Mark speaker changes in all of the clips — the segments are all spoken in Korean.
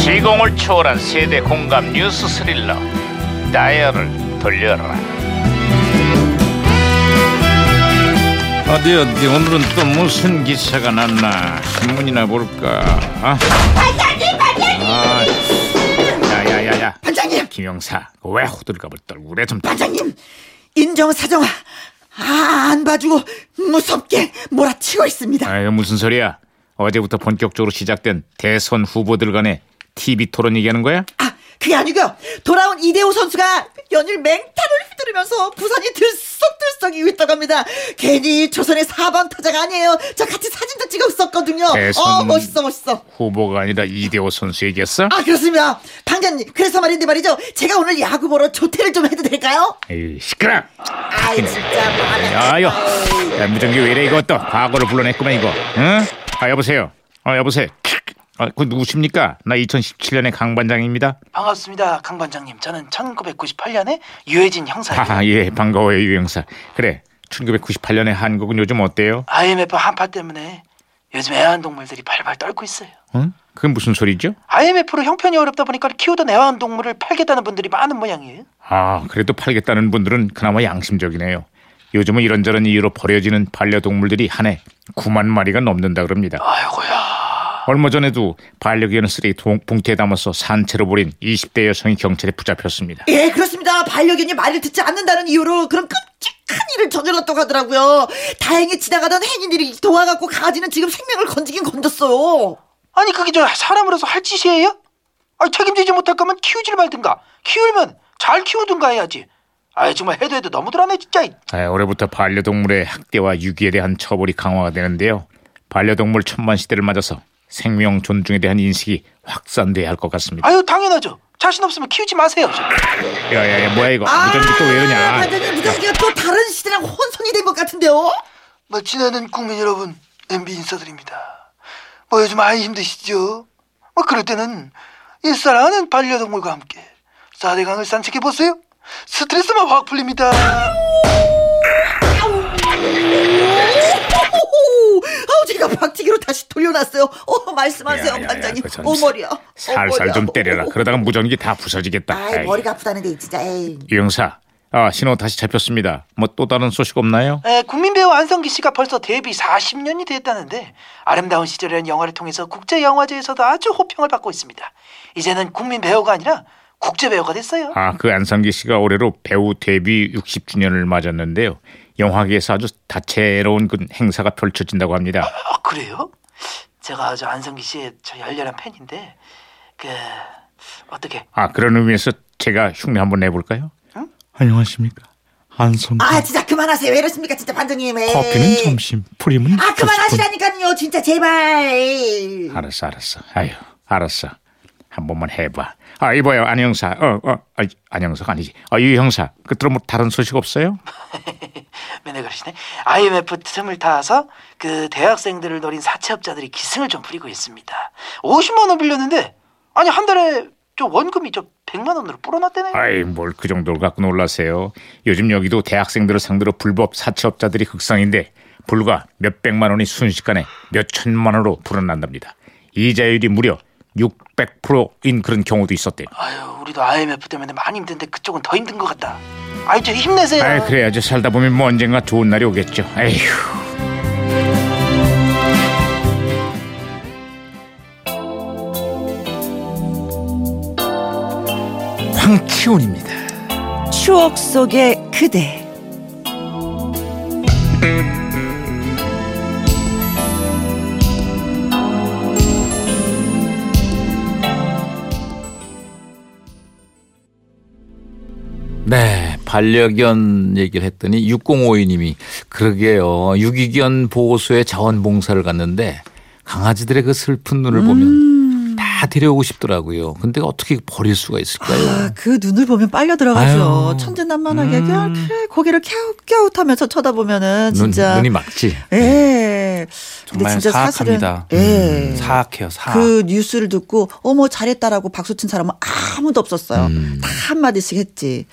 Speaker 1: 시공을 초월한 세대 공감 뉴스 스릴러 다이얼을 돌려라 어디 어디 오늘은 또 무슨 기사가 났나 신문이나 볼까 아? 반장님 반장님 야야야야
Speaker 2: 반장님,
Speaker 1: 김영사 왜 호들갑을 떨고 그래 좀
Speaker 2: 반장님, 인정 사정아. 아, 안 봐주고 무섭게 몰아치고 있습니다.
Speaker 1: 아, 이거 무슨 소리야? 어제부터 본격적으로 시작된 대선 후보들 간의 TV 토론 얘기하는 거야?
Speaker 2: 아, 그게 아니고요. 돌아온 이대호 선수가 연일 맹타를 휘두르면서 부산이 들썩들썩 이고 있다고 합니다. 괜히 조선의 4번 타자가 아니에요. 저 같이 사진도 찍었었거든요.
Speaker 1: 대선-
Speaker 2: 어, 멋있어, 멋있어.
Speaker 1: 후보가 아니라 이대호 선수 얘기했어?
Speaker 2: 아, 그렇습니다. 반장님, 그래서 말인데 말이죠. 제가 오늘 야구 보러 조퇴를 좀 해도 될까요?
Speaker 1: 에이, 시끄러!
Speaker 2: 아이, 진짜. 뭐 하는
Speaker 1: 야요!
Speaker 2: 거예요.
Speaker 1: 야, 무전기 왜 이래 이거 또 과거를 불러냈구만 이거. 응? 아 여보세요. 아 여보세요. 아, 그 누구십니까? 나 2017년의 강 반장입니다.
Speaker 3: 반갑습니다, 강 반장님. 저는 1998년에 유해진 형사입니다.
Speaker 1: 하하 예 반가워요 유 형사. 그래 1998년의 한국은 요즘 어때요?
Speaker 3: IMF 한파 때문에 요즘 애완동물들이 발발 떨고 있어요.
Speaker 1: 응? 그게 무슨 소리죠?
Speaker 3: IMF로 형편이 어렵다 보니까 키우던 애완동물을 팔겠다는 분들이 많은 모양이에요.
Speaker 1: 아, 그래도 팔겠다는 분들은 그나마 양심적이네요. 요즘은 이런저런 이유로 버려지는 반려동물들이 한 해 9만 마리가 넘는다 그럽니다.
Speaker 3: 아이고야.
Speaker 1: 얼마 전에도 반려견을 쓰레기 통- 봉투에 담아서 산채로 버린 20대 여성이 경찰에 붙잡혔습니다.
Speaker 2: 예, 그렇습니다. 반려견이 말을 듣지 않는다는 이유로 그런 끔찍한 일을 저질렀다고 하더라고요. 다행히 지나가던 행인들이 도와갖고 강아지는 지금 생명을 건지긴 건졌어요.
Speaker 3: 아니 그게 저 사람으로서 할 짓이에요? 아니 책임지지 못할 거면 키우질 말든가. 키우면 잘 키우든가 해야지. 아이 정말 해도 해도 너무들하네 진짜.
Speaker 1: 아, 올해부터 반려동물의 학대와 유기에 대한 처벌이 강화가 되는데요. 반려동물 천만 시대를 맞아서 생명 존중에 대한 인식이 확산돼야 할 것 같습니다.
Speaker 3: 아유 당연하죠. 자신 없으면 키우지 마세요.
Speaker 1: 야야야 뭐야 이거 무전기 또 왜 이러냐?
Speaker 2: 아, 반장님, 무전기가 또 다른 시대랑 혼선이 된 것 같은데요?
Speaker 3: 뭐 지나는 국민 여러분 MB 인사드립니다. 뭐 요즘 많이 힘드시죠? 뭐 그럴 때는 이 사랑하는 반려동물과 함께 사대강을 산책해 보세요. 스트레스만 확 풀립니다.
Speaker 2: 오호호호. 아우, 제가 박치기로 다시 돌려놨어요. 어, 말씀하세요,
Speaker 1: 야, 야, 야,
Speaker 2: 반장님.
Speaker 1: 그거 참
Speaker 2: 오, 머리야. 어,
Speaker 1: 살살 좀
Speaker 2: 머리야.
Speaker 1: 때려라.
Speaker 2: 오, 오.
Speaker 1: 그러다가 무전기 다 부서지겠다.
Speaker 2: 아이,
Speaker 1: 아이.
Speaker 2: 머리가 아프다는데, 진짜, 에이.
Speaker 1: 유 형사, 아 신호 다시 잡혔습니다. 뭐 또 다른 소식 없나요?
Speaker 3: 에, 국민 배우 안성기 씨가 벌써 데뷔 40년이 됐다는데 아름다운 시절이라는 영화를 통해서 국제 영화제에서도 아주 호평을 받고 있습니다. 이제는 국민 배우가 아니라 국제 배우가 됐어요.
Speaker 1: 아 그 안성기 씨가 올해로 배우 데뷔 60주년을 맞았는데요. 영화계에서 아주 다채로운 그 행사가 펼쳐진다고 합니다.
Speaker 3: 아 그래요? 제가 저 안성기 씨의 저 열렬한 팬인데 그 어떻게
Speaker 1: 아 그런 의미에서 제가 흉내 한번 내볼까요? 안녕하십니까 한성기.
Speaker 2: 아, 진짜 그만하세요. 왜 이러십니까, 진짜, 반장님. 에이.
Speaker 1: 점심, 프림은
Speaker 2: 아, 그만하시라니까요, 진짜, 제발. 에이.
Speaker 1: 알았어, 알았어. 아유, 알았어. 한 번만 해봐. 아 이봐요, 안 형사. 어, 어, 아, 안 형사가 아니지. 아, 유 형사. 그때로 뭐 다른 소식 없어요?
Speaker 3: 맨날 그러시네. IMF 틈을 타서 그 대학생들을 노린 사채업자들이 기승을 좀 부리고 있습니다. 50만 원 빌렸는데 아니 한 달에 저 원금이 저 100만 원으로 불어났대네.
Speaker 1: 아이 뭘 그 정도를 갖고 놀라세요. 요즘 여기도 대학생들을 상대로 불법 사채업자들이 극성인데 불과 몇 백만 원이 순식간에 몇 천만 원으로 불어난답니다. 이자율이 무려 600%인 그런 경우도 있었대요.
Speaker 3: 아유 우리도 IMF 때문에 많이 힘든데 그쪽은 더 힘든 것 같다. 아이 저 힘내세요.
Speaker 1: 아이 그래야죠. 살다 보면 뭐 언젠가 좋은 날이 오겠죠. 에휴. 황치훈입니다.
Speaker 2: 추억 속의 그대.
Speaker 4: 네, 반려견 얘기를 했더니 6052님이 그러게요. 유기견 보호소에 자원봉사를 갔는데 강아지들의 그 슬픈 눈을
Speaker 5: 음.
Speaker 4: 보면 다 데려오고 싶더라고요. 근데 어떻게 버릴 수가 있을까요?
Speaker 5: 아, 그 눈을 보면 빨려 들어가죠.
Speaker 4: 아유.
Speaker 5: 천진난만하게
Speaker 4: 음.
Speaker 5: 그냥 그래, 고개를 갸웃갸웃하면서 쳐다보면은
Speaker 4: 눈,
Speaker 5: 진짜
Speaker 4: 눈이 막지. 네,
Speaker 5: 예.
Speaker 6: 정말 사악합니다.
Speaker 5: 사실은 예.
Speaker 4: 음.
Speaker 6: 사악해요, 사악.
Speaker 5: 그 뉴스를 듣고 어머 잘했다라고 박수 친 사람은 아무도 없었어요.
Speaker 4: 음.
Speaker 5: 다 한마디씩 했지.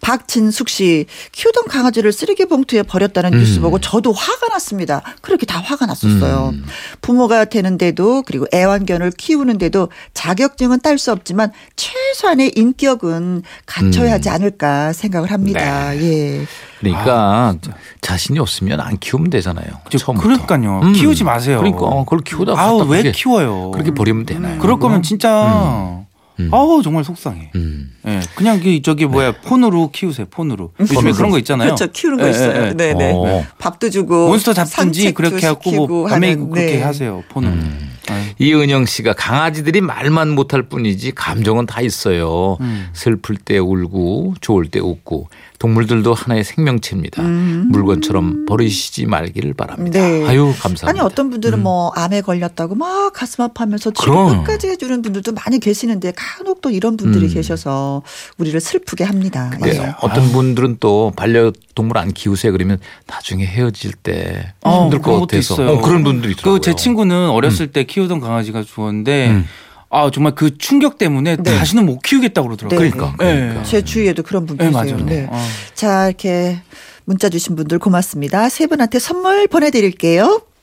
Speaker 5: 박진숙 씨 키우던 강아지를 쓰레기 봉투에 버렸다는
Speaker 6: 음.
Speaker 5: 뉴스 보고 저도 화가 났습니다. 그렇게 다 화가 났었어요.
Speaker 6: 음.
Speaker 5: 부모가 되는데도 그리고 애완견을 키우는데도 자격증은 딸 수 없지만 최소한의 인격은
Speaker 6: 음.
Speaker 5: 갖춰야 하지 않을까 생각을 합니다.
Speaker 6: 네.
Speaker 5: 예.
Speaker 4: 그러니까 자신이 없으면 안 키우면 되잖아요. 처음부터.
Speaker 6: 그러니까요.
Speaker 4: 음.
Speaker 6: 키우지 마세요.
Speaker 4: 그러니까 어, 그걸 키우다가
Speaker 6: 아우
Speaker 4: 갖다
Speaker 6: 왜
Speaker 4: 그렇게-
Speaker 6: 키워요? 음.
Speaker 4: 그렇게 버리면 되나요?
Speaker 6: 그럴 거면 진짜
Speaker 4: 음.
Speaker 6: 아우 정말 속상해.
Speaker 4: 음. 네.
Speaker 6: 예, 그냥 그 저기 뭐야 폰으로 키우세요 폰으로. 요즘에 그런 거 있잖아요.
Speaker 5: 그렇죠. 키우는 거
Speaker 6: 예,
Speaker 5: 있어요.
Speaker 6: 예, 예.
Speaker 5: 네네.
Speaker 4: 어.
Speaker 5: 밥도 주고
Speaker 6: 몬스터 잡든지
Speaker 5: 산책도
Speaker 6: 그렇게 하고
Speaker 5: 시키고
Speaker 6: 뭐 밤에
Speaker 5: 하는,
Speaker 6: 그렇게
Speaker 5: 네.
Speaker 6: 하세요 폰으로.
Speaker 4: 음.
Speaker 6: 아유.
Speaker 4: 이은영 씨가 강아지들이 말만 못할 뿐이지 감정은 다 있어요.
Speaker 6: 음.
Speaker 4: 슬플 때 울고 좋을 때 웃고 동물들도 하나의 생명체입니다.
Speaker 6: 음.
Speaker 4: 물건처럼 버리시지 말기를 바랍니다.
Speaker 5: 네.
Speaker 4: 아유 감사합니다. 음.
Speaker 5: 아니 어떤 분들은 뭐 암에 걸렸다고 막 가슴 아파하면서 치료
Speaker 4: 그럼.
Speaker 5: 끝까지 해주는 분들도 많이 계시는데 간혹 또 이런 분들이
Speaker 4: 음. 계셔서
Speaker 5: 계셔서 우리를 슬프게 합니다.
Speaker 4: 네. 어떤 분들은 또 반려동물 안 키우세요 그러면 나중에 헤어질 때
Speaker 6: 어,
Speaker 4: 힘들 것
Speaker 6: 그런 것도
Speaker 4: 같아서
Speaker 6: 있어요.
Speaker 4: 어, 그런 분들이 있더라고요. 음.
Speaker 6: 그제 친구는 어렸을 때 키우던 강아지가 좋았는데 아 정말 그 충격 때문에 다시는 못 키우겠다고 그러더라고요.
Speaker 4: 네. 그러니까
Speaker 6: 예.
Speaker 4: 그러니까.
Speaker 5: 제 주위에도 그런 분
Speaker 6: 예,
Speaker 5: 계세요.
Speaker 6: 맞아요.
Speaker 5: 네.
Speaker 6: 어.
Speaker 5: 자 이렇게 문자 주신 분들 고맙습니다. 세 분한테 선물 보내드릴게요.